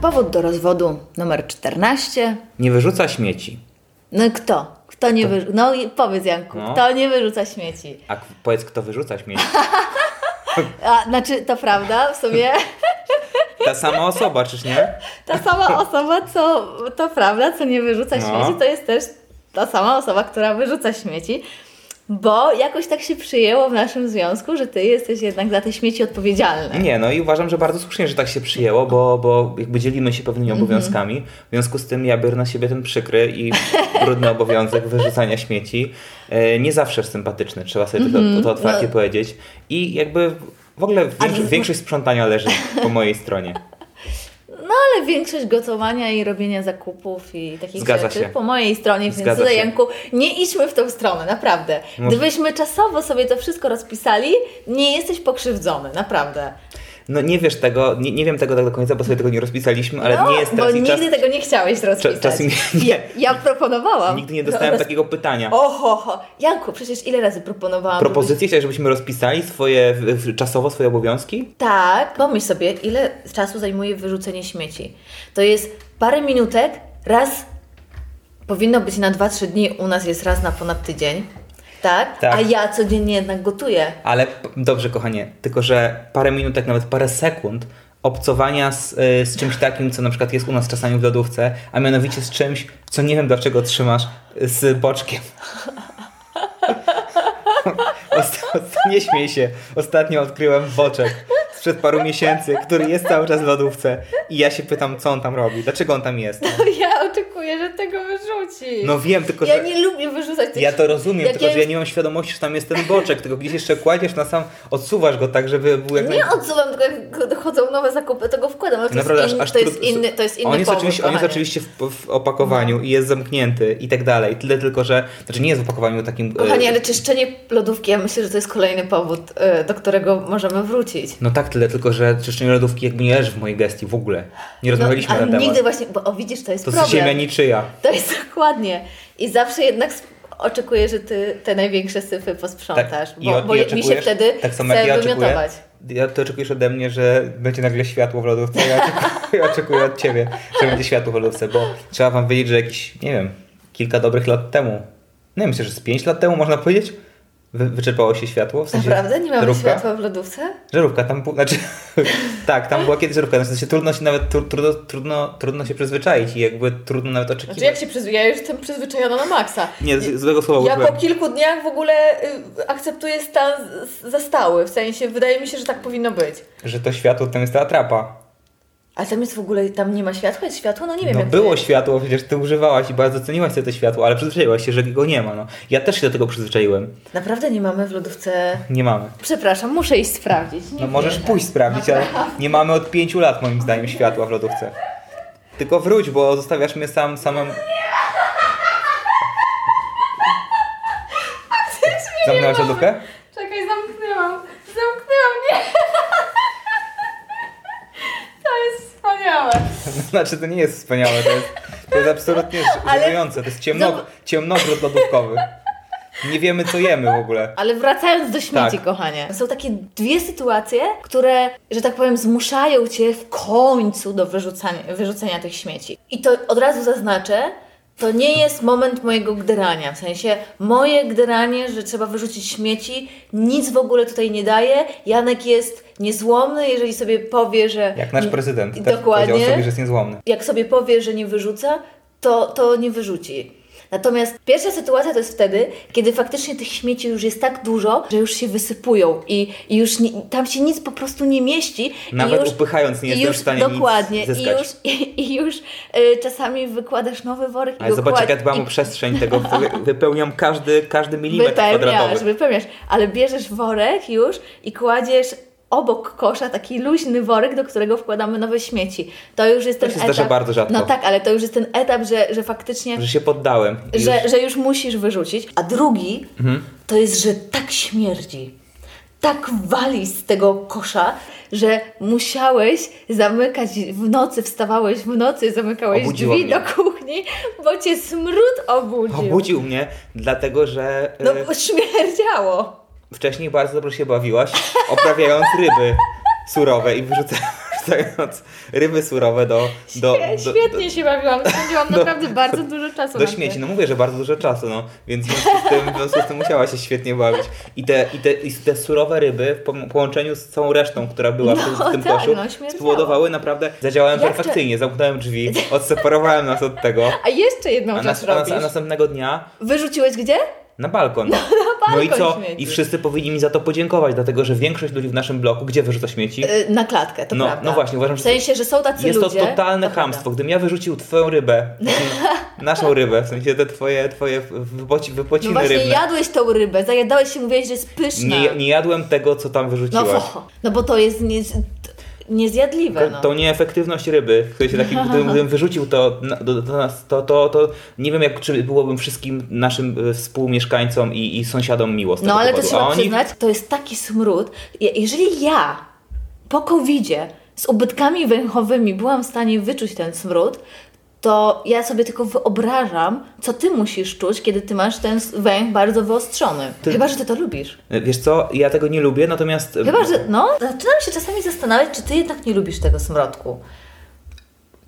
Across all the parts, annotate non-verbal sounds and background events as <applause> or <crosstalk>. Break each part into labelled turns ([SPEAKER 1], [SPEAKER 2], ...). [SPEAKER 1] Powód do rozwodu numer 14.
[SPEAKER 2] Nie wyrzuca śmieci.
[SPEAKER 1] No i kto? Kto nie wyrzuca? No i powiedz Janku,
[SPEAKER 2] No.
[SPEAKER 1] kto nie wyrzuca śmieci?
[SPEAKER 2] A k- powiedz, kto wyrzuca śmieci?
[SPEAKER 1] A, znaczy, to prawda, w
[SPEAKER 2] <laughs>
[SPEAKER 1] sumie
[SPEAKER 2] Ta sama osoba, czyż nie?
[SPEAKER 1] ta sama osoba, co to prawda, co nie wyrzuca
[SPEAKER 2] No.
[SPEAKER 1] śmieci, to jest też ta sama osoba, która wyrzuca śmieci. Bo jakoś tak się przyjęło w naszym związku, że ty jesteś jednak za te śmieci odpowiedzialny.
[SPEAKER 2] Nie, no i uważam, że bardzo słusznie, że tak się przyjęło, bo, bo jakby dzielimy się pewnymi
[SPEAKER 1] Mhm.
[SPEAKER 2] obowiązkami. W związku z tym ja biorę na siebie ten przykry i brudny obowiązek wyrzucania śmieci. E, Nie zawsze sympatyczny, trzeba sobie to, to otwarcie
[SPEAKER 1] No.
[SPEAKER 2] powiedzieć. I jakby w ogóle większość,
[SPEAKER 1] to-
[SPEAKER 2] większość sprzątania leży po mojej stronie.
[SPEAKER 1] No, Ale większość gotowania i robienia zakupów i takich
[SPEAKER 2] Zgadza
[SPEAKER 1] rzeczy
[SPEAKER 2] się.
[SPEAKER 1] po mojej stronie, więc
[SPEAKER 2] Zgadza
[SPEAKER 1] tutaj
[SPEAKER 2] się. No.
[SPEAKER 1] Janku, nie idźmy w tą stronę, naprawdę.
[SPEAKER 2] Może-
[SPEAKER 1] Gdybyśmy czasowo sobie to wszystko rozpisali, nie jesteś pokrzywdzony, naprawdę.
[SPEAKER 2] No nie wiesz tego, nie, nie wiem tego tak do końca, bo sobie tego nie rozpisaliśmy, ale nie jest
[SPEAKER 1] No, bo
[SPEAKER 2] teraz i czas,
[SPEAKER 1] nigdy tego nie chciałeś rozpisać.
[SPEAKER 2] czas im-
[SPEAKER 1] Ja,
[SPEAKER 2] nie.
[SPEAKER 1] ja proponowałam.
[SPEAKER 2] nigdy nie dostałem
[SPEAKER 1] Roz- <laughs>
[SPEAKER 2] takiego pytania.
[SPEAKER 1] Oho, ho. Janku, przecież ile razy proponowałam? żebyś-
[SPEAKER 2] Propozycje chciałeś, żebyśmy rozpisali swoje, w- w- czasowo swoje obowiązki?
[SPEAKER 1] Tak, pomyśl sobie, ile czasu zajmuje wyrzucenie śmieci. To jest parę minutek, raz powinno być na 2-3 dni, u nas jest raz na ponad tydzień. Tak?
[SPEAKER 2] Tak.
[SPEAKER 1] A ja codziennie jednak gotuję.
[SPEAKER 2] Ale p- dobrze, kochanie, tylko że parę minutek, nawet parę sekund obcowania z, y, z czymś takim, co na przykład jest u nas czasami w lodówce, a mianowicie z czymś, co nie wiem dlaczego trzymasz, y, z boczkiem. <laughs> Osta- osta- Nie śmiej się. Ostatnio odkryłem boczek sprzed paru miesięcy, który jest cały czas w lodówce i ja się pytam, co on tam robi, dlaczego on tam jest.
[SPEAKER 1] Ja oczekuję, że tego wyrzuci.
[SPEAKER 2] No wiem, tylko
[SPEAKER 1] ja
[SPEAKER 2] że...
[SPEAKER 1] nie lubię wyrzucać tych
[SPEAKER 2] Ja to rozumiem,
[SPEAKER 1] Jak
[SPEAKER 2] tylko
[SPEAKER 1] ja
[SPEAKER 2] że ja
[SPEAKER 1] już-
[SPEAKER 2] nie mam świadomości, że tam jest ten boczek, tylko gdzieś jeszcze kładziesz na sam, odsuwasz go tak, żeby był jak
[SPEAKER 1] Nie odsuwam, tylko jak chodzą nowe zakupy, to go wkładam. Ale to,
[SPEAKER 2] Naprawdę,
[SPEAKER 1] jest,
[SPEAKER 2] aż,
[SPEAKER 1] in,
[SPEAKER 2] aż
[SPEAKER 1] to jest
[SPEAKER 2] trud-
[SPEAKER 1] inny, to jest inny
[SPEAKER 2] on jest
[SPEAKER 1] powód,
[SPEAKER 2] oczywiście, On jest
[SPEAKER 1] kochanie.
[SPEAKER 2] oczywiście w, w opakowaniu i jest zamknięty i tak dalej. Tyle tylko, że... Znaczy nie jest w opakowaniu takim... e,
[SPEAKER 1] Kochanie, ale czyszczenie lodówki, ja myślę, że to jest kolejny powód, y, do którego możemy wrócić.
[SPEAKER 2] No tak, tyle tylko, że czyszczenie lodówki jakby nie leży w mojej gestii w ogóle. Nie rozmawialiśmy
[SPEAKER 1] no,
[SPEAKER 2] na
[SPEAKER 1] ale
[SPEAKER 2] temat.
[SPEAKER 1] nigdy właśnie, bo o widzisz, to jest
[SPEAKER 2] To jest
[SPEAKER 1] problem.
[SPEAKER 2] ziemia niczyja.
[SPEAKER 1] To jest <laughs> dokładnie. I zawsze jednak sp- oczekuję, że ty te największe syfy posprzątasz,
[SPEAKER 2] Tak. i
[SPEAKER 1] bo,
[SPEAKER 2] o-
[SPEAKER 1] bo
[SPEAKER 2] i
[SPEAKER 1] mi się
[SPEAKER 2] oczekujesz-
[SPEAKER 1] wtedy
[SPEAKER 2] tak samo
[SPEAKER 1] chce
[SPEAKER 2] jak ja oczekuję,
[SPEAKER 1] wymiotować.
[SPEAKER 2] ja, Ty oczekujesz ode mnie, że będzie nagle światło w lodówce, ja oczekuję, <laughs> ja oczekuję od Ciebie, że będzie światło w lodówce, bo trzeba Wam wiedzieć, że jakieś, nie wiem, kilka dobrych lat temu, nie wiem, myślę, że z pięć lat temu można powiedzieć, wy, wyczerpało się światło. W sensie
[SPEAKER 1] Naprawdę? Nie mamy
[SPEAKER 2] żarówka?
[SPEAKER 1] światła w lodówce?
[SPEAKER 2] Żarówka, tam, bu- znaczy, <laughs> tak, tam była kiedyś żarówka, w sensie trudno się nawet, tru- trudno, trudno, trudno się przyzwyczaić i jakby trudno nawet oczekiwać.
[SPEAKER 1] Znaczy jak się przyzwyczaja, ja już jestem przyzwyczajona na maksa.
[SPEAKER 2] Nie, z- złego słowa
[SPEAKER 1] Ja
[SPEAKER 2] użyłem.
[SPEAKER 1] po kilku dniach w ogóle y, akceptuję stan z- zastały, w sensie wydaje mi się, że tak powinno być.
[SPEAKER 2] Że to światło tam jest ta atrapa.
[SPEAKER 1] Ale tam jest w ogóle, tam nie ma światła? Jest światło? No nie wiem
[SPEAKER 2] no
[SPEAKER 1] jak to
[SPEAKER 2] było
[SPEAKER 1] jest.
[SPEAKER 2] światło, przecież ty używałaś i bardzo ceniłaś sobie to światło, ale przyzwyczaiłaś się, że go nie ma. No. Ja też się do tego przyzwyczaiłem.
[SPEAKER 1] Naprawdę nie mamy w lodówce...
[SPEAKER 2] Nie mamy.
[SPEAKER 1] Przepraszam, muszę iść sprawdzić.
[SPEAKER 2] No możesz pójść sprawdzić, ale nie mamy od pięciu lat moim zdaniem światła w lodówce. Tylko wróć, bo zostawiasz mnie sam, samym... Zamknęłaś lodówkę? <laughs>
[SPEAKER 1] Czekaj, zamknęłam. Zamknęłam, nie! <laughs> To jest wspaniałe.
[SPEAKER 2] Znaczy to nie jest wspaniałe, to jest, to jest absolutnie
[SPEAKER 1] <laughs> Ale-
[SPEAKER 2] ale... żenujące. To jest ciemno, ciemnogród lodówkowy. Nie wiemy co jemy w ogóle.
[SPEAKER 1] Ale wracając do śmieci,
[SPEAKER 2] Tak.
[SPEAKER 1] kochanie. Są takie dwie sytuacje, które, że tak powiem, zmuszają cię w końcu do wyrzucania, wyrzucenia tych śmieci. I to od razu zaznaczę, to nie jest moment mojego gderania. W sensie moje gderanie, że trzeba wyrzucić śmieci, nic w ogóle tutaj nie daje. Janek jest niezłomny, jeżeli sobie powie, że.
[SPEAKER 2] Jak nasz
[SPEAKER 1] <laughs>
[SPEAKER 2] prezydent też
[SPEAKER 1] Dokładnie.
[SPEAKER 2] powiedział sobie, że jest niezłomny.
[SPEAKER 1] jak sobie powie, że nie wyrzuca, to, to nie wyrzuci. Natomiast pierwsza sytuacja to jest wtedy, kiedy faktycznie tych śmieci już jest tak dużo, że już się wysypują i, i już nie, tam się nic po prostu nie mieści.
[SPEAKER 2] Nawet
[SPEAKER 1] i już,
[SPEAKER 2] upychając nie
[SPEAKER 1] i
[SPEAKER 2] jestem
[SPEAKER 1] już,
[SPEAKER 2] w stanie
[SPEAKER 1] Dokładnie.
[SPEAKER 2] nic
[SPEAKER 1] I
[SPEAKER 2] zyskać.
[SPEAKER 1] już, i, i już y, czasami wykładasz nowy worek i
[SPEAKER 2] Ale zobacz, jak ja
[SPEAKER 1] układ-
[SPEAKER 2] dbam
[SPEAKER 1] i
[SPEAKER 2] o przestrzeń tego, wy- wypełniam każdy, każdy milimetr
[SPEAKER 1] Wypełniasz,
[SPEAKER 2] kwadratowy.
[SPEAKER 1] wypełniasz, ale bierzesz worek już i kładziesz obok kosza taki luźny worek, do którego wkładamy nowe śmieci. To już jest
[SPEAKER 2] To
[SPEAKER 1] ten
[SPEAKER 2] się
[SPEAKER 1] etap.
[SPEAKER 2] zdarza bardzo rzadko.
[SPEAKER 1] No tak, ale to już jest ten etap, że, że faktycznie,
[SPEAKER 2] Że się poddałem. i
[SPEAKER 1] że,
[SPEAKER 2] już-
[SPEAKER 1] że już musisz wyrzucić. A drugi
[SPEAKER 2] Mhm.
[SPEAKER 1] to jest, że tak śmierdzi, tak wali z tego kosza, że musiałeś zamykać w nocy, wstawałeś w nocy, zamykałeś
[SPEAKER 2] Obudziło
[SPEAKER 1] drzwi
[SPEAKER 2] mnie.
[SPEAKER 1] do kuchni, bo cię smród obudził.
[SPEAKER 2] Obudził mnie, dlatego że
[SPEAKER 1] No
[SPEAKER 2] e,
[SPEAKER 1] bo śmierdziało.
[SPEAKER 2] wcześniej bardzo dobrze się bawiłaś, oprawiając ryby surowe i wyrzucając ryby surowe do, do,
[SPEAKER 1] Ja
[SPEAKER 2] do,
[SPEAKER 1] świetnie się bawiłam, spędziłam
[SPEAKER 2] do-
[SPEAKER 1] naprawdę bardzo dużo czasu
[SPEAKER 2] do
[SPEAKER 1] na
[SPEAKER 2] śmieci.
[SPEAKER 1] tym.
[SPEAKER 2] No mówię, że bardzo dużo czasu, no. Więc w związku z tym, w związku z tym musiała się świetnie bawić. I te, i te, i te surowe ryby w pom- połączeniu z całą resztą, która była w tym-
[SPEAKER 1] No
[SPEAKER 2] w tym
[SPEAKER 1] tak,
[SPEAKER 2] koszu,
[SPEAKER 1] no, śmierdziało.
[SPEAKER 2] spowodowały naprawdę, zadziałałem
[SPEAKER 1] Jak to-
[SPEAKER 2] perfekcyjnie. Zamknąłem drzwi, odseparowałem nas od tego.
[SPEAKER 1] A jeszcze jedną
[SPEAKER 2] no. A,
[SPEAKER 1] rzecz
[SPEAKER 2] nas, a, nas,
[SPEAKER 1] robisz.
[SPEAKER 2] a następnego dnia
[SPEAKER 1] Wyrzuciłeś gdzie?
[SPEAKER 2] na balkon. No, i
[SPEAKER 1] balkon
[SPEAKER 2] co?
[SPEAKER 1] śmieci.
[SPEAKER 2] I wszyscy powinni mi za to podziękować, dlatego że większość ludzi w naszym bloku, gdzie wyrzuca śmieci,
[SPEAKER 1] Y, Na klatkę, to
[SPEAKER 2] No,
[SPEAKER 1] prawda.
[SPEAKER 2] no właśnie, uważam,
[SPEAKER 1] W
[SPEAKER 2] że-
[SPEAKER 1] sensie, że są tacy
[SPEAKER 2] Jest to
[SPEAKER 1] ludzie.
[SPEAKER 2] totalne
[SPEAKER 1] prawda. No
[SPEAKER 2] chamstwo. Gdybym ja wyrzucił
[SPEAKER 1] <laughs>
[SPEAKER 2] twoją rybę, naszą rybę, w sensie te twoje, twoje wypoci,
[SPEAKER 1] No
[SPEAKER 2] wypociny
[SPEAKER 1] właśnie,
[SPEAKER 2] rybne.
[SPEAKER 1] jadłeś tą rybę, zajadałeś się, mówiłeś, że jest pyszna.
[SPEAKER 2] nie, nie jadłem tego, co tam
[SPEAKER 1] no,
[SPEAKER 2] wyrzuciłaś.
[SPEAKER 1] fo, no bo to jest nie, niezjadliwe.
[SPEAKER 2] To,
[SPEAKER 1] No.
[SPEAKER 2] to nieefektywność ryby, w sensie
[SPEAKER 1] <laughs>
[SPEAKER 2] taki, gdybym, gdybym wyrzucił to na- do, do nas, to, to, to nie wiem, jak czy byłobym wszystkim naszym e, współmieszkańcom i, i sąsiadom miło z tego
[SPEAKER 1] No ale to
[SPEAKER 2] powodu.
[SPEAKER 1] trzeba
[SPEAKER 2] A oni
[SPEAKER 1] przyznać, to jest taki smród. Je- Jeżeli ja po covidzie z ubytkami węchowymi byłam w stanie wyczuć ten smród, to ja sobie tylko wyobrażam, co ty musisz czuć, kiedy ty masz ten s- węch bardzo wyostrzony.
[SPEAKER 2] Ty-
[SPEAKER 1] Chyba, że ty to lubisz.
[SPEAKER 2] E, Wiesz co, ja tego nie lubię, natomiast... e,
[SPEAKER 1] Chyba, że no, zaczynam się czasami zastanawiać, czy ty jednak nie lubisz tego smrodku.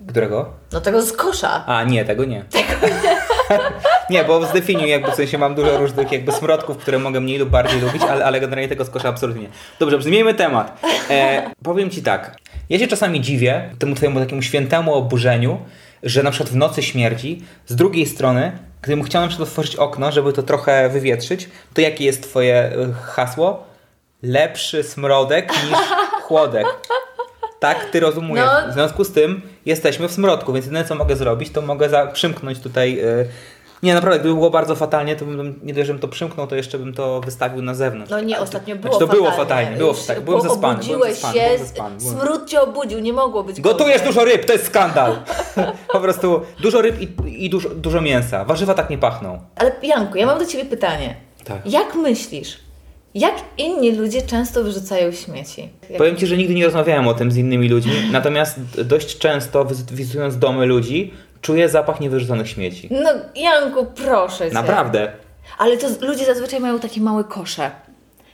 [SPEAKER 2] Którego?
[SPEAKER 1] No tego z kosza.
[SPEAKER 2] A, nie, tego nie. Tego <laughs> nie. nie, bo zdefiniuj, jakby w sensie mam dużo różnych jakby smrodków, które mogę mniej lub bardziej lubić, ale, ale generalnie tego skosza absolutnie nie. Dobrze, zmieńmy temat. E, powiem Ci tak, ja się czasami dziwię temu Twojemu takiemu świętemu oburzeniu, że na przykład w nocy śmierci, z drugiej strony, gdybym chciał na przykład otworzyć okno, żeby to trochę wywietrzyć, to jakie jest Twoje e, hasło? Lepszy smrodek niż chłodek. Tak, ty rozumiesz.
[SPEAKER 1] No.
[SPEAKER 2] W związku z tym jesteśmy w smrodku, więc jedyne co mogę zrobić, to mogę za- przymknąć tutaj. y, Nie, naprawdę, gdyby było bardzo fatalnie, to bym, nie dość, żebym to przymknął, to jeszcze bym to wystawił na zewnątrz.
[SPEAKER 1] No nie,
[SPEAKER 2] Ale to-
[SPEAKER 1] ostatnio
[SPEAKER 2] znaczy,
[SPEAKER 1] było
[SPEAKER 2] to było
[SPEAKER 1] fatalnie
[SPEAKER 2] fatalnie, było
[SPEAKER 1] Już
[SPEAKER 2] fatalnie. Byłem
[SPEAKER 1] po-
[SPEAKER 2] zaspany. byłem
[SPEAKER 1] Obudziłeś
[SPEAKER 2] zaspany,
[SPEAKER 1] się,
[SPEAKER 2] byłem zaspany, byłem-
[SPEAKER 1] smród cię obudził, nie mogło być
[SPEAKER 2] Gotujesz dużo ryb, to jest skandal! po prostu dużo ryb i, i dużo, dużo mięsa. Warzywa tak nie pachną.
[SPEAKER 1] Ale Janku, ja mam do Ciebie pytanie.
[SPEAKER 2] Tak.
[SPEAKER 1] Jak myślisz, jak inni ludzie często wyrzucają śmieci? Jak...
[SPEAKER 2] Powiem Ci, że nigdy nie rozmawiałem o tym z innymi ludźmi, natomiast dość często wiz- wizytując domy ludzi, czuję zapach niewyrzuconych śmieci.
[SPEAKER 1] No Janku, proszę Cię.
[SPEAKER 2] Naprawdę.
[SPEAKER 1] Ale to z- ludzie zazwyczaj mają takie małe kosze.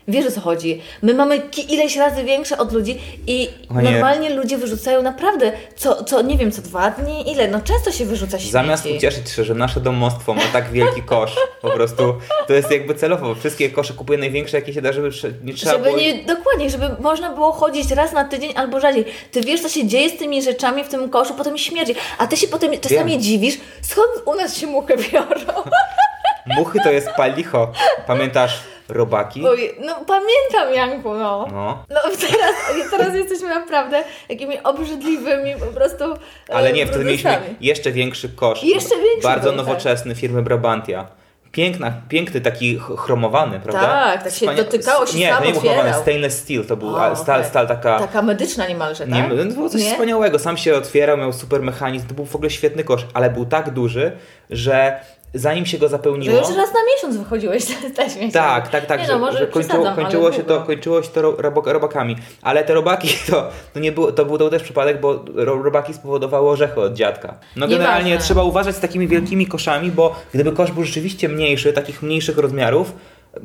[SPEAKER 1] Wiesz o co chodzi? My mamy ki- ileś razy większe od ludzi i
[SPEAKER 2] O nie.
[SPEAKER 1] normalnie ludzie wyrzucają naprawdę co, co, nie wiem, co dwa dni, ile, no często się wyrzuca śmieci.
[SPEAKER 2] Zamiast ucieszyć się, że nasze domostwo ma tak wielki kosz, po prostu to jest jakby celowo. Wszystkie kosze kupuję największe, jakie się da, żeby prze- nie trzeba
[SPEAKER 1] Żeby
[SPEAKER 2] było...
[SPEAKER 1] nie, dokładnie, żeby można było chodzić raz na tydzień albo rzadziej. Ty wiesz, co się dzieje z tymi rzeczami w tym koszu, potem śmierdzi. A ty się potem czasami
[SPEAKER 2] Wiem.
[SPEAKER 1] dziwisz, skąd u nas się muchy
[SPEAKER 2] <laughs>
[SPEAKER 1] biorą.
[SPEAKER 2] Muchy to jest palicho. Pamiętasz robaki?
[SPEAKER 1] Oj, no pamiętam, Janku, no.
[SPEAKER 2] No.
[SPEAKER 1] No teraz, teraz jesteśmy naprawdę jakimi obrzydliwymi po prostu e,
[SPEAKER 2] Ale nie, wtedy
[SPEAKER 1] brudusami.
[SPEAKER 2] mieliśmy jeszcze większy kosz.
[SPEAKER 1] Jeszcze większy
[SPEAKER 2] Bardzo
[SPEAKER 1] był, tak.
[SPEAKER 2] nowoczesny firmy Brabantia. Piękna, piękny taki ch- chromowany, prawda?
[SPEAKER 1] Tak, tak się dotykało, się
[SPEAKER 2] Nie,
[SPEAKER 1] sam
[SPEAKER 2] to nie był chromowany,
[SPEAKER 1] otwierał.
[SPEAKER 2] stainless steel to był,
[SPEAKER 1] O,
[SPEAKER 2] a, stal,
[SPEAKER 1] okej. Tak,
[SPEAKER 2] stal taka...
[SPEAKER 1] Taka medyczna niemalże, tak?
[SPEAKER 2] Nie, no to było coś
[SPEAKER 1] Nie?
[SPEAKER 2] wspaniałego. Sam się otwierał, miał super mechanizm. To był w ogóle świetny kosz, ale był tak duży, że zanim się go
[SPEAKER 1] znaczy, Że
[SPEAKER 2] zapełniło.
[SPEAKER 1] już raz na miesiąc wychodziłeś <laughs> z taśmie.
[SPEAKER 2] Tak, tak, tak,
[SPEAKER 1] Nie
[SPEAKER 2] że,
[SPEAKER 1] no, może
[SPEAKER 2] że kończyło,
[SPEAKER 1] przesadzam,
[SPEAKER 2] kończyło,
[SPEAKER 1] ale
[SPEAKER 2] się to,
[SPEAKER 1] <laughs> długo.
[SPEAKER 2] kończyło się to ro- robok, robakami. Ale te robaki <laughs> to, to nie było, to był to też przypadek, bo ro- robaki spowodowały orzechy od dziadka. No
[SPEAKER 1] Nieważne.
[SPEAKER 2] generalnie trzeba uważać z takimi wielkimi koszami, bo gdyby kosz był rzeczywiście mniejszy, takich mniejszych rozmiarów,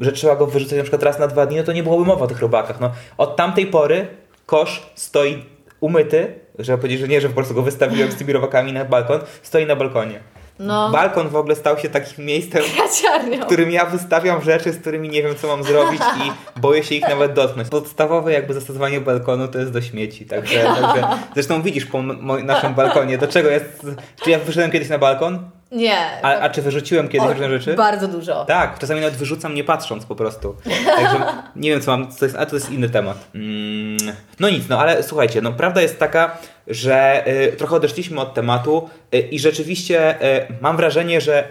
[SPEAKER 2] że trzeba go wyrzucać na przykład raz na dwa dni, no to nie byłoby mowy o tych robakach. No, od tamtej pory kosz stoi umyty, żeby powiedzieć, że nie, że po prostu go wystawiłem z tymi robakami na balkon, stoi na balkonie.
[SPEAKER 1] No.
[SPEAKER 2] Balkon w ogóle stał się takim miejscem,
[SPEAKER 1] Kaciarnią.
[SPEAKER 2] w którym ja wystawiam rzeczy, z którymi nie wiem, co mam zrobić i boję się ich nawet dotknąć. Podstawowe jakby zastosowanie balkonu to jest do śmieci, także, także zresztą widzisz po m- mo- naszym balkonie, do czego jest, czy ja wyszedłem kiedyś na balkon,
[SPEAKER 1] Nie.
[SPEAKER 2] a, a czy wyrzuciłem kiedyś
[SPEAKER 1] O,
[SPEAKER 2] różne rzeczy?
[SPEAKER 1] Bardzo dużo.
[SPEAKER 2] Tak, czasami nawet wyrzucam nie patrząc po prostu. Także
[SPEAKER 1] <laughs>
[SPEAKER 2] nie wiem, co mam, co jest, ale to jest inny temat. Mm, no nic, no ale słuchajcie, no prawda jest taka, że y, trochę odeszliśmy od tematu y, i rzeczywiście y, mam wrażenie, że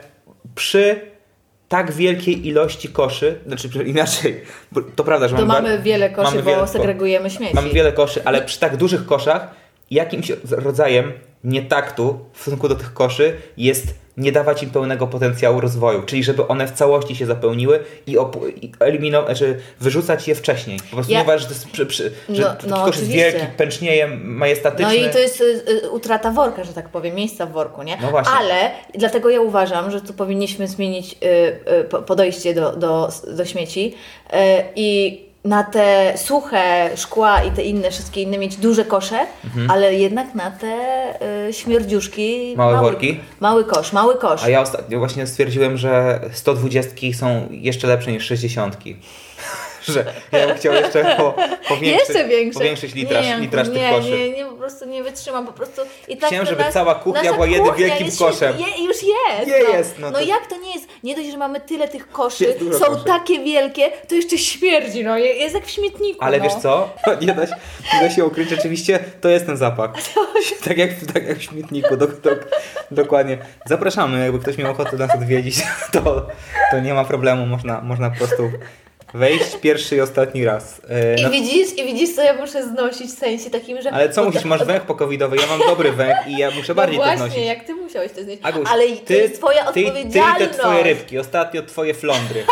[SPEAKER 2] przy tak wielkiej ilości koszy, znaczy przepraszam, inaczej, bo to prawda, że
[SPEAKER 1] To
[SPEAKER 2] mamy,
[SPEAKER 1] mamy wiele koszy, bo
[SPEAKER 2] wiele-
[SPEAKER 1] segregujemy śmieci.
[SPEAKER 2] Mamy wiele koszy, ale przy tak dużych koszach jakimś rodzajem nietaktu w stosunku do tych koszy jest nie dawać im pełnego potencjału rozwoju, czyli żeby one w całości się zapełniły i, opu- i eliminować, znaczy wyrzucać je wcześniej. Po prostu
[SPEAKER 1] Ja-
[SPEAKER 2] uważasz, że, to jest przy, przy, że
[SPEAKER 1] No-
[SPEAKER 2] taki
[SPEAKER 1] no,
[SPEAKER 2] kosz jest
[SPEAKER 1] oczywiście.
[SPEAKER 2] wielki, pęcznieje, majestatyczny.
[SPEAKER 1] No i to jest y, y, utrata worka, że tak powiem, miejsca w worku, nie?
[SPEAKER 2] No właśnie.
[SPEAKER 1] Ale dlatego ja uważam, że tu powinniśmy zmienić y, y, po- podejście do, do, do śmieci y, i na te suche szkła i te inne, wszystkie inne mieć duże kosze,
[SPEAKER 2] Mhm.
[SPEAKER 1] ale jednak na te y, śmierdziuszki
[SPEAKER 2] Małe worki?
[SPEAKER 1] Mały kosz, mały kosz.
[SPEAKER 2] A ja ostatnio właśnie stwierdziłem, że 120 są jeszcze lepsze niż 60. <laughs> że ja bym chciał jeszcze po, powiększyć,
[SPEAKER 1] Jeszcze większy.
[SPEAKER 2] powiększyć litraż,
[SPEAKER 1] nie,
[SPEAKER 2] litraż
[SPEAKER 1] nie,
[SPEAKER 2] tych koszy.
[SPEAKER 1] Nie, nie, po prostu nie wytrzymam, po prostu i tak
[SPEAKER 2] Chciałem,
[SPEAKER 1] to
[SPEAKER 2] żeby
[SPEAKER 1] nas-
[SPEAKER 2] cała kuchnia
[SPEAKER 1] nasza
[SPEAKER 2] była jednym
[SPEAKER 1] kuchnia
[SPEAKER 2] wielkim
[SPEAKER 1] jest,
[SPEAKER 2] koszem.
[SPEAKER 1] Je, już jest.
[SPEAKER 2] Nie
[SPEAKER 1] no.
[SPEAKER 2] jest, no
[SPEAKER 1] No,
[SPEAKER 2] to-
[SPEAKER 1] jak to nie jest? Nie dość, że mamy tyle tych koszy,
[SPEAKER 2] Jest dużo
[SPEAKER 1] są
[SPEAKER 2] koszy.
[SPEAKER 1] takie wielkie, to jeszcze śmierdzi, no je- jest jak w śmietniku.
[SPEAKER 2] Ale
[SPEAKER 1] no.
[SPEAKER 2] wiesz co? <laughs> Nie da, się, nie da się ukryć, rzeczywiście to jest ten zapach.
[SPEAKER 1] <laughs>
[SPEAKER 2] <laughs> Tak jak, tak jak w śmietniku, dok, dok, dokładnie. Zapraszamy, jakby ktoś miał ochotę nas odwiedzić, <laughs> to, to nie ma problemu, można, można po prostu wejść pierwszy i ostatni raz. E,
[SPEAKER 1] I
[SPEAKER 2] na-
[SPEAKER 1] widzisz, i widzisz, co ja muszę znosić w sensie takim, że...
[SPEAKER 2] ale co
[SPEAKER 1] bo-
[SPEAKER 2] mówisz, masz węch pokowidowy, ja mam dobry węch i ja muszę
[SPEAKER 1] No
[SPEAKER 2] bardziej
[SPEAKER 1] właśnie,
[SPEAKER 2] to nosić.
[SPEAKER 1] jak ty musiałeś to znieść.
[SPEAKER 2] Aguś,
[SPEAKER 1] ale i to jest twoja
[SPEAKER 2] ty, ty i
[SPEAKER 1] odpowiedzialność.
[SPEAKER 2] te twoje rybki, ostatnio twoje flądry.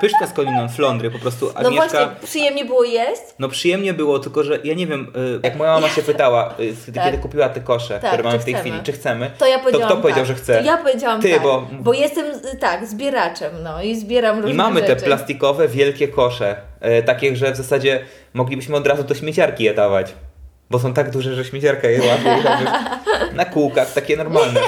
[SPEAKER 2] Pyszka z koliną, flądry, po prostu
[SPEAKER 1] No
[SPEAKER 2] Agnieszka...
[SPEAKER 1] właśnie, przyjemnie było jeść,
[SPEAKER 2] No przyjemnie było, tylko że ja nie wiem, y, jak moja mama się pytała, y, kiedy
[SPEAKER 1] Tak.
[SPEAKER 2] kupiła te kosze,
[SPEAKER 1] Tak,
[SPEAKER 2] które mamy
[SPEAKER 1] czy
[SPEAKER 2] w tej
[SPEAKER 1] chcemy?
[SPEAKER 2] chwili, czy chcemy,
[SPEAKER 1] To ja powiedziałam
[SPEAKER 2] kto powiedział,
[SPEAKER 1] tak.
[SPEAKER 2] że chce?
[SPEAKER 1] To ja powiedziałam
[SPEAKER 2] Ty,
[SPEAKER 1] tak,
[SPEAKER 2] bo-
[SPEAKER 1] bo... jestem y, tak, zbieraczem, no i zbieram różne
[SPEAKER 2] I mamy
[SPEAKER 1] rzeczy.
[SPEAKER 2] te plastikowe, wielkie kosze, y, takie, że w zasadzie moglibyśmy od razu do śmieciarki je dawać, bo są tak duże, że śmieciarka je łapie. i tam
[SPEAKER 1] <laughs>
[SPEAKER 2] już Na kółkach, takie normalne.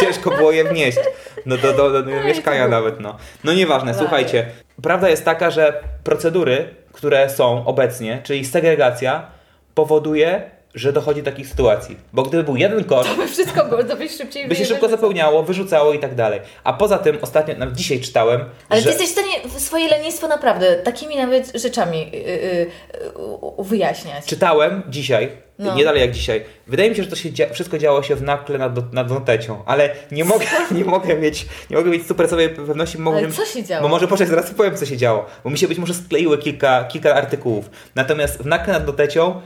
[SPEAKER 2] Ciężko było je wnieść no, do, do, do, do mieszkania
[SPEAKER 1] to było.
[SPEAKER 2] nawet. No, no nieważne,
[SPEAKER 1] Wow.
[SPEAKER 2] słuchajcie. Prawda jest taka, że procedury, które są obecnie, czyli segregacja, powoduje, że dochodzi do takich sytuacji. Bo gdyby był jeden kosz,
[SPEAKER 1] By <laughs> wszystko było dopiero szybciej.
[SPEAKER 2] by się
[SPEAKER 1] wyjeżdżać.
[SPEAKER 2] szybko zapełniało, wyrzucało i tak dalej. A poza tym ostatnio, nawet dzisiaj czytałem,
[SPEAKER 1] Ale
[SPEAKER 2] że...
[SPEAKER 1] ty jesteś w stanie w swoje lenistwo naprawdę takimi nawet rzeczami y, y, y, u- u- wyjaśniać.
[SPEAKER 2] Czytałem dzisiaj,
[SPEAKER 1] No.
[SPEAKER 2] nie dalej jak dzisiaj. Wydaje mi się, że to się dzia- wszystko działo się w nakle nad, nad Notecią, ale nie mogę, <laughs> nie mogę mieć, nie mogę mieć super sobie pewności, bo
[SPEAKER 1] Ale
[SPEAKER 2] mogę-
[SPEAKER 1] co się działo?
[SPEAKER 2] Bo może poczekaj, zaraz powiem co się działo, bo mi się być może skleiły kilka, kilka artykułów. Natomiast w nakle nad Notecią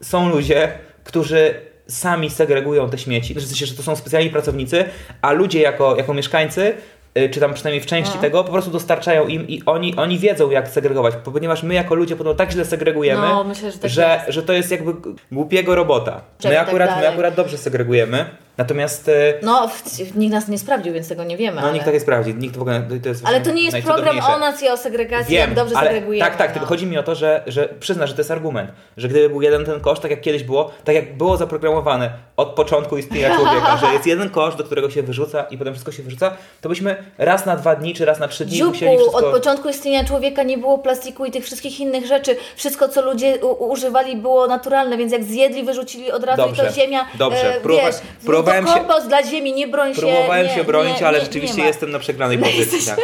[SPEAKER 2] są ludzie, którzy sami segregują te śmieci, Znaczy, w sensie, że to są specjalni pracownicy, a ludzie jako, jako mieszkańcy y, czy tam przynajmniej w części
[SPEAKER 1] No.
[SPEAKER 2] tego, po prostu dostarczają im i oni, oni wiedzą jak segregować, ponieważ my jako ludzie podobno tak źle segregujemy,
[SPEAKER 1] No, myślę, że tak
[SPEAKER 2] że, że to jest jakby głupiego robota.
[SPEAKER 1] Czego
[SPEAKER 2] My
[SPEAKER 1] tak
[SPEAKER 2] akurat, my
[SPEAKER 1] dalej?
[SPEAKER 2] akurat dobrze segregujemy, natomiast y,
[SPEAKER 1] No, w- nikt nas nie sprawdził, więc tego nie wiemy.
[SPEAKER 2] no,
[SPEAKER 1] ale...
[SPEAKER 2] nikt tak nie sprawdzi, nikt w ogóle, to jest
[SPEAKER 1] ale
[SPEAKER 2] właśnie
[SPEAKER 1] to nie jest program
[SPEAKER 2] najcudowniejsze.
[SPEAKER 1] o nas i o segregacji,
[SPEAKER 2] Wiem,
[SPEAKER 1] jak dobrze
[SPEAKER 2] ale
[SPEAKER 1] segregujemy.
[SPEAKER 2] tak, tak,
[SPEAKER 1] no.
[SPEAKER 2] tylko chodzi mi o to, że, że przyznasz, że to jest argument, że gdyby był jeden ten kosz, tak jak kiedyś było, tak jak było zaprogramowane od początku istnienia człowieka, że jest jeden kosz, do którego się wyrzuca i potem wszystko się wyrzuca, to byśmy raz na dwa dni czy raz na trzy dni musieli
[SPEAKER 1] Dziupu,
[SPEAKER 2] wszystko...
[SPEAKER 1] od początku istnienia człowieka nie było plastiku i tych wszystkich innych rzeczy. Wszystko, co ludzie u- używali, było naturalne, więc jak zjedli, wyrzucili od razu i
[SPEAKER 2] Dobrze,
[SPEAKER 1] to ziemia.
[SPEAKER 2] dobrze.
[SPEAKER 1] e,
[SPEAKER 2] Próba-
[SPEAKER 1] wiesz,
[SPEAKER 2] próbowałem się-
[SPEAKER 1] to kompost dla ziemi, nie broń się.
[SPEAKER 2] Próbowałem
[SPEAKER 1] nie,
[SPEAKER 2] się bronić,
[SPEAKER 1] nie,
[SPEAKER 2] ale
[SPEAKER 1] nie,
[SPEAKER 2] rzeczywiście
[SPEAKER 1] nie ma. No
[SPEAKER 2] jestem na przegranej pozycji. Tak.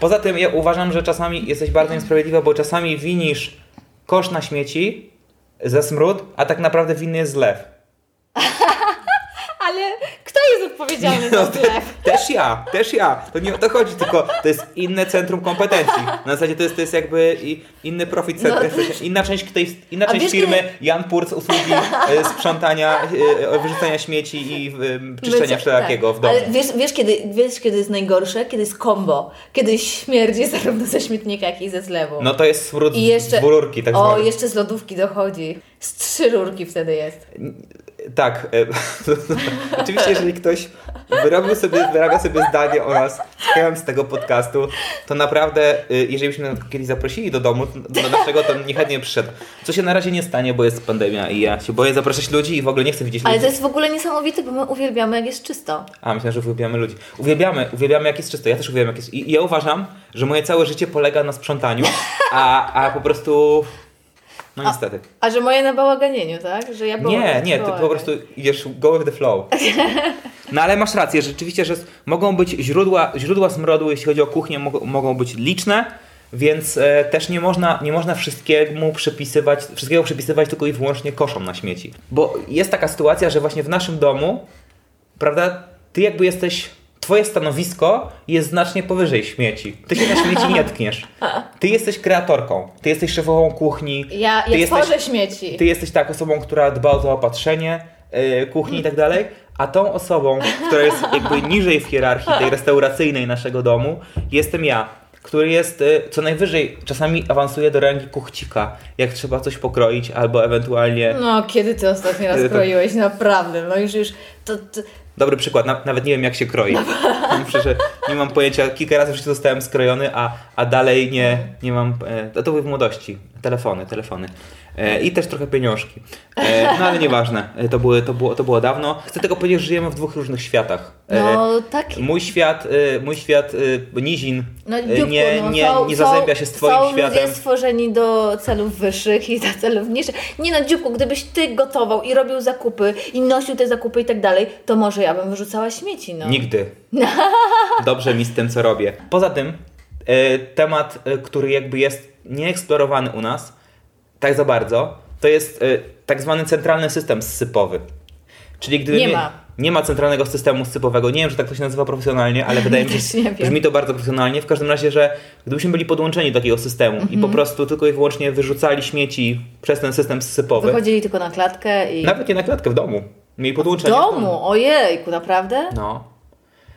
[SPEAKER 2] Poza tym ja uważam, że czasami jesteś bardzo niesprawiedliwa, bo czasami winisz kosz na śmieci za smród, a tak naprawdę winny jest zlew.
[SPEAKER 1] Ale kto jest odpowiedzialny
[SPEAKER 2] No,
[SPEAKER 1] za
[SPEAKER 2] <laughs>
[SPEAKER 1] zlew?
[SPEAKER 2] Też ja, też ja. To nie o to chodzi, tylko to jest inne centrum kompetencji. Na zasadzie to jest, to jest jakby i- inny profit center, inna część, tej, inna
[SPEAKER 1] No, A
[SPEAKER 2] część
[SPEAKER 1] wiesz,
[SPEAKER 2] firmy,
[SPEAKER 1] kiedy-
[SPEAKER 2] Jan Purc usługi e, sprzątania, e, wyrzucania śmieci i e, czyszczenia
[SPEAKER 1] Mycie-
[SPEAKER 2] wszelakiego
[SPEAKER 1] tak.
[SPEAKER 2] w domu.
[SPEAKER 1] Ale wiesz, wiesz, kiedy, wiesz, kiedy jest najgorsze? Kiedy jest kombo. Kiedy śmierdzi <laughs> zarówno ze śmietnika, jak i ze zlewu.
[SPEAKER 2] No to jest smród
[SPEAKER 1] I jeszcze,
[SPEAKER 2] z rurki tak
[SPEAKER 1] o,
[SPEAKER 2] zwany.
[SPEAKER 1] jeszcze z lodówki dochodzi. Z trzy rurki wtedy jest.
[SPEAKER 2] Tak. e, <laughs> Oczywiście, jeżeli ktoś wyrobił sobie, wyrabia sobie zdanie o nas, słuchając tego podcastu, to naprawdę, e, jeżeli byśmy nas kiedyś zaprosili do domu, do naszego, to niechętnie przyszedł. Co się na razie nie stanie, bo jest pandemia i ja się boję zapraszać ludzi i w ogóle nie chcę widzieć
[SPEAKER 1] Ale
[SPEAKER 2] ludzi.
[SPEAKER 1] to jest w ogóle niesamowite, bo my uwielbiamy, jak jest czysto.
[SPEAKER 2] A, myślę, że uwielbiamy ludzi. Uwielbiamy, uwielbiamy jak jest czysto. Ja też uwielbiam jak jest... I i ja uważam, że moje całe życie polega na sprzątaniu, a, a po prostu... No niestety.
[SPEAKER 1] A że moje na bałaganieniu, tak? Że ja
[SPEAKER 2] Nie,
[SPEAKER 1] bałagan-
[SPEAKER 2] nie, ty po
[SPEAKER 1] bałagan.
[SPEAKER 2] prostu idziesz go with the flow.
[SPEAKER 1] <laughs>
[SPEAKER 2] No ale masz rację, rzeczywiście, że s- mogą być źródła, źródła smrodu, jeśli chodzi o kuchnię, mog- mogą być liczne, więc e, też nie można, nie można wszystkiemu przypisywać, wszystkiego przypisywać tylko i wyłącznie koszom na śmieci. Bo jest taka sytuacja, że właśnie w naszym domu, prawda, ty jakby jesteś Twoje stanowisko jest znacznie powyżej śmieci. Ty się na śmieci
[SPEAKER 1] <laughs>
[SPEAKER 2] nie tkniesz. Ty jesteś kreatorką, ty jesteś szefową kuchni.
[SPEAKER 1] Ja,
[SPEAKER 2] ty
[SPEAKER 1] ja
[SPEAKER 2] jesteś,
[SPEAKER 1] tworzę śmieci.
[SPEAKER 2] ty jesteś tak osobą, która dba o zaopatrzenie yy, kuchni i tak dalej, a tą osobą, która jest jakby niżej w hierarchii tej restauracyjnej naszego domu, jestem ja, który jest yy, co najwyżej, czasami awansuje do rangi kuchcika, jak trzeba coś pokroić albo ewentualnie
[SPEAKER 1] No, kiedy ty ostatni
[SPEAKER 2] <laughs>
[SPEAKER 1] raz
[SPEAKER 2] Kiedy to-
[SPEAKER 1] kroiłeś? Naprawdę, no już, już, to, to
[SPEAKER 2] Dobry przykład, na, nawet nie wiem jak się
[SPEAKER 1] No
[SPEAKER 2] kroi. <laughs> Muszę, że nie mam pojęcia, kilka razy w życiu zostałem skrojony, a, a dalej nie, nie mam. E, to były w młodości. Telefony, telefony. E, I też trochę pieniążki. E, no ale nieważne, e, to, były, to, było, to było dawno. Chcę tego powiedzieć, że żyjemy w dwóch różnych światach. E,
[SPEAKER 1] no tak,
[SPEAKER 2] Mój świat, e, mój świat e, nizin
[SPEAKER 1] no,
[SPEAKER 2] e,
[SPEAKER 1] dzióbku,
[SPEAKER 2] nie,
[SPEAKER 1] no,
[SPEAKER 2] nie,
[SPEAKER 1] są-
[SPEAKER 2] nie zazębia się
[SPEAKER 1] są-
[SPEAKER 2] z twoim
[SPEAKER 1] są
[SPEAKER 2] światem.
[SPEAKER 1] ludzie stworzeni do celów wyższych i <laughs> do celów niższych. Nie no, dzióbku, gdybyś ty gotował i robił zakupy i nosił te zakupy i tak dalej, to może ja bym wyrzucała śmieci, no. <laughs>
[SPEAKER 2] Nigdy. Dobrze mi z tym, co robię. Poza tym, e, temat, e, który jakby jest nieeksplorowany u nas tak za bardzo, to jest e, tak zwany centralny system sypowy. Czyli gdyby
[SPEAKER 1] Nie ma.
[SPEAKER 2] nie ma centralnego systemu sypowego, nie wiem, że tak to się nazywa
[SPEAKER 1] <laughs>
[SPEAKER 2] profesjonalnie, ale wydaje mi się,
[SPEAKER 1] Też nie wiem.
[SPEAKER 2] brzmi to bardzo profesjonalnie. W każdym razie, że gdybyśmy byli podłączeni do takiego systemu i
[SPEAKER 1] Mhm.
[SPEAKER 2] po prostu tylko i wyłącznie wyrzucali śmieci przez ten system sypowy,
[SPEAKER 1] Wychodzili tylko na klatkę i...
[SPEAKER 2] nawet nie na klatkę w domu, mieli podłączenie w domu.
[SPEAKER 1] domu, ojejku, naprawdę?
[SPEAKER 2] No.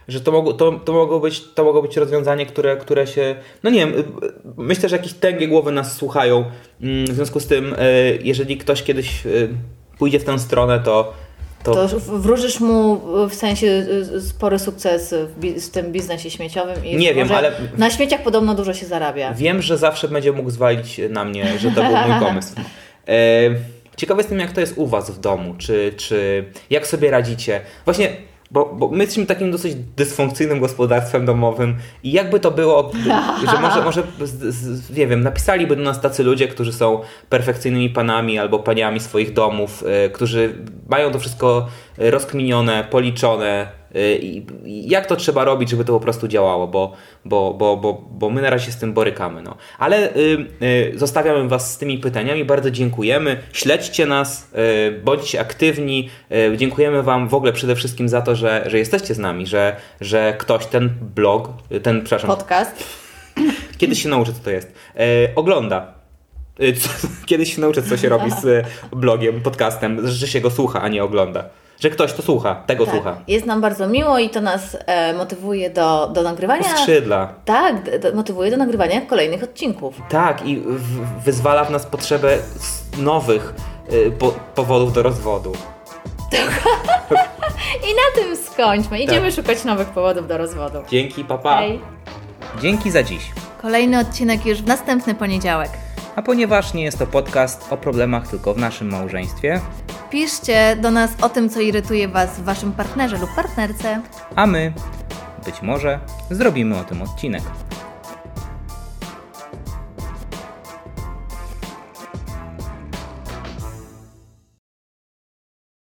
[SPEAKER 2] Że to mogło, to, to mogło, być, to mogło być rozwiązanie, które, które się. No nie wiem, y, y, myślę, że jakieś tęgie głowy nas słuchają. Mm, W związku z tym, y, jeżeli ktoś kiedyś y, pójdzie w tę stronę, to. to,
[SPEAKER 1] To w- wróżysz mu y, w sensie y, y, spory sukces w, bi- w tym biznesie śmieciowym i
[SPEAKER 2] Nie wiem,
[SPEAKER 1] może
[SPEAKER 2] ale-
[SPEAKER 1] na śmieciach podobno dużo się zarabia.
[SPEAKER 2] Wiem, że zawsze będzie mógł zwalić na mnie, że to był mój pomysł. E, ciekaw jestem, jak to jest u Was w domu, czy, czy jak sobie radzicie. Właśnie, bo, bo my jesteśmy takim dosyć dysfunkcyjnym gospodarstwem domowym i jakby to było, że może, może z, z, nie wiem, napisaliby do nas tacy ludzie, którzy są perfekcyjnymi panami albo paniami swoich domów, e, którzy mają to wszystko rozkminione, policzone, Y, i i jak to trzeba robić, żeby to po prostu działało, bo, bo, bo, bo, bo my na razie się z tym borykamy. No. Ale y, y, zostawiamy Was z tymi pytaniami, bardzo dziękujemy, śledźcie nas, y, bądźcie aktywni, y, dziękujemy Wam w ogóle przede wszystkim za to, że, że jesteście z nami, że, że ktoś ten blog, y, ten, przepraszam,
[SPEAKER 1] Podcast.
[SPEAKER 2] kiedy się nauczę, co to jest. E, ogląda. E, co, <laughs> kiedy się nauczę, co się robi z e, blogiem, podcastem, że się go słucha, a nie ogląda. Że ktoś to słucha, tego
[SPEAKER 1] Tak.
[SPEAKER 2] słucha.
[SPEAKER 1] Jest nam bardzo miło i to nas e, motywuje do, do nagrywania.
[SPEAKER 2] Skrzydla.
[SPEAKER 1] Tak, d- d- motywuje do nagrywania kolejnych odcinków.
[SPEAKER 2] Tak, i w- wyzwala w nas potrzebę s- nowych y, po, powodów do rozwodu.
[SPEAKER 1] I na tym
[SPEAKER 2] Tak.
[SPEAKER 1] skończmy. Idziemy szukać nowych powodów do rozwodu.
[SPEAKER 2] Dzięki, papa.
[SPEAKER 1] Hej.
[SPEAKER 2] Dzięki za dziś.
[SPEAKER 1] Kolejny odcinek już w następny poniedziałek.
[SPEAKER 2] A ponieważ nie jest to podcast o problemach tylko w naszym małżeństwie,
[SPEAKER 1] Piszcie do nas o tym, co irytuje Was w Waszym partnerze lub partnerce.
[SPEAKER 2] a my, być może, zrobimy o tym odcinek.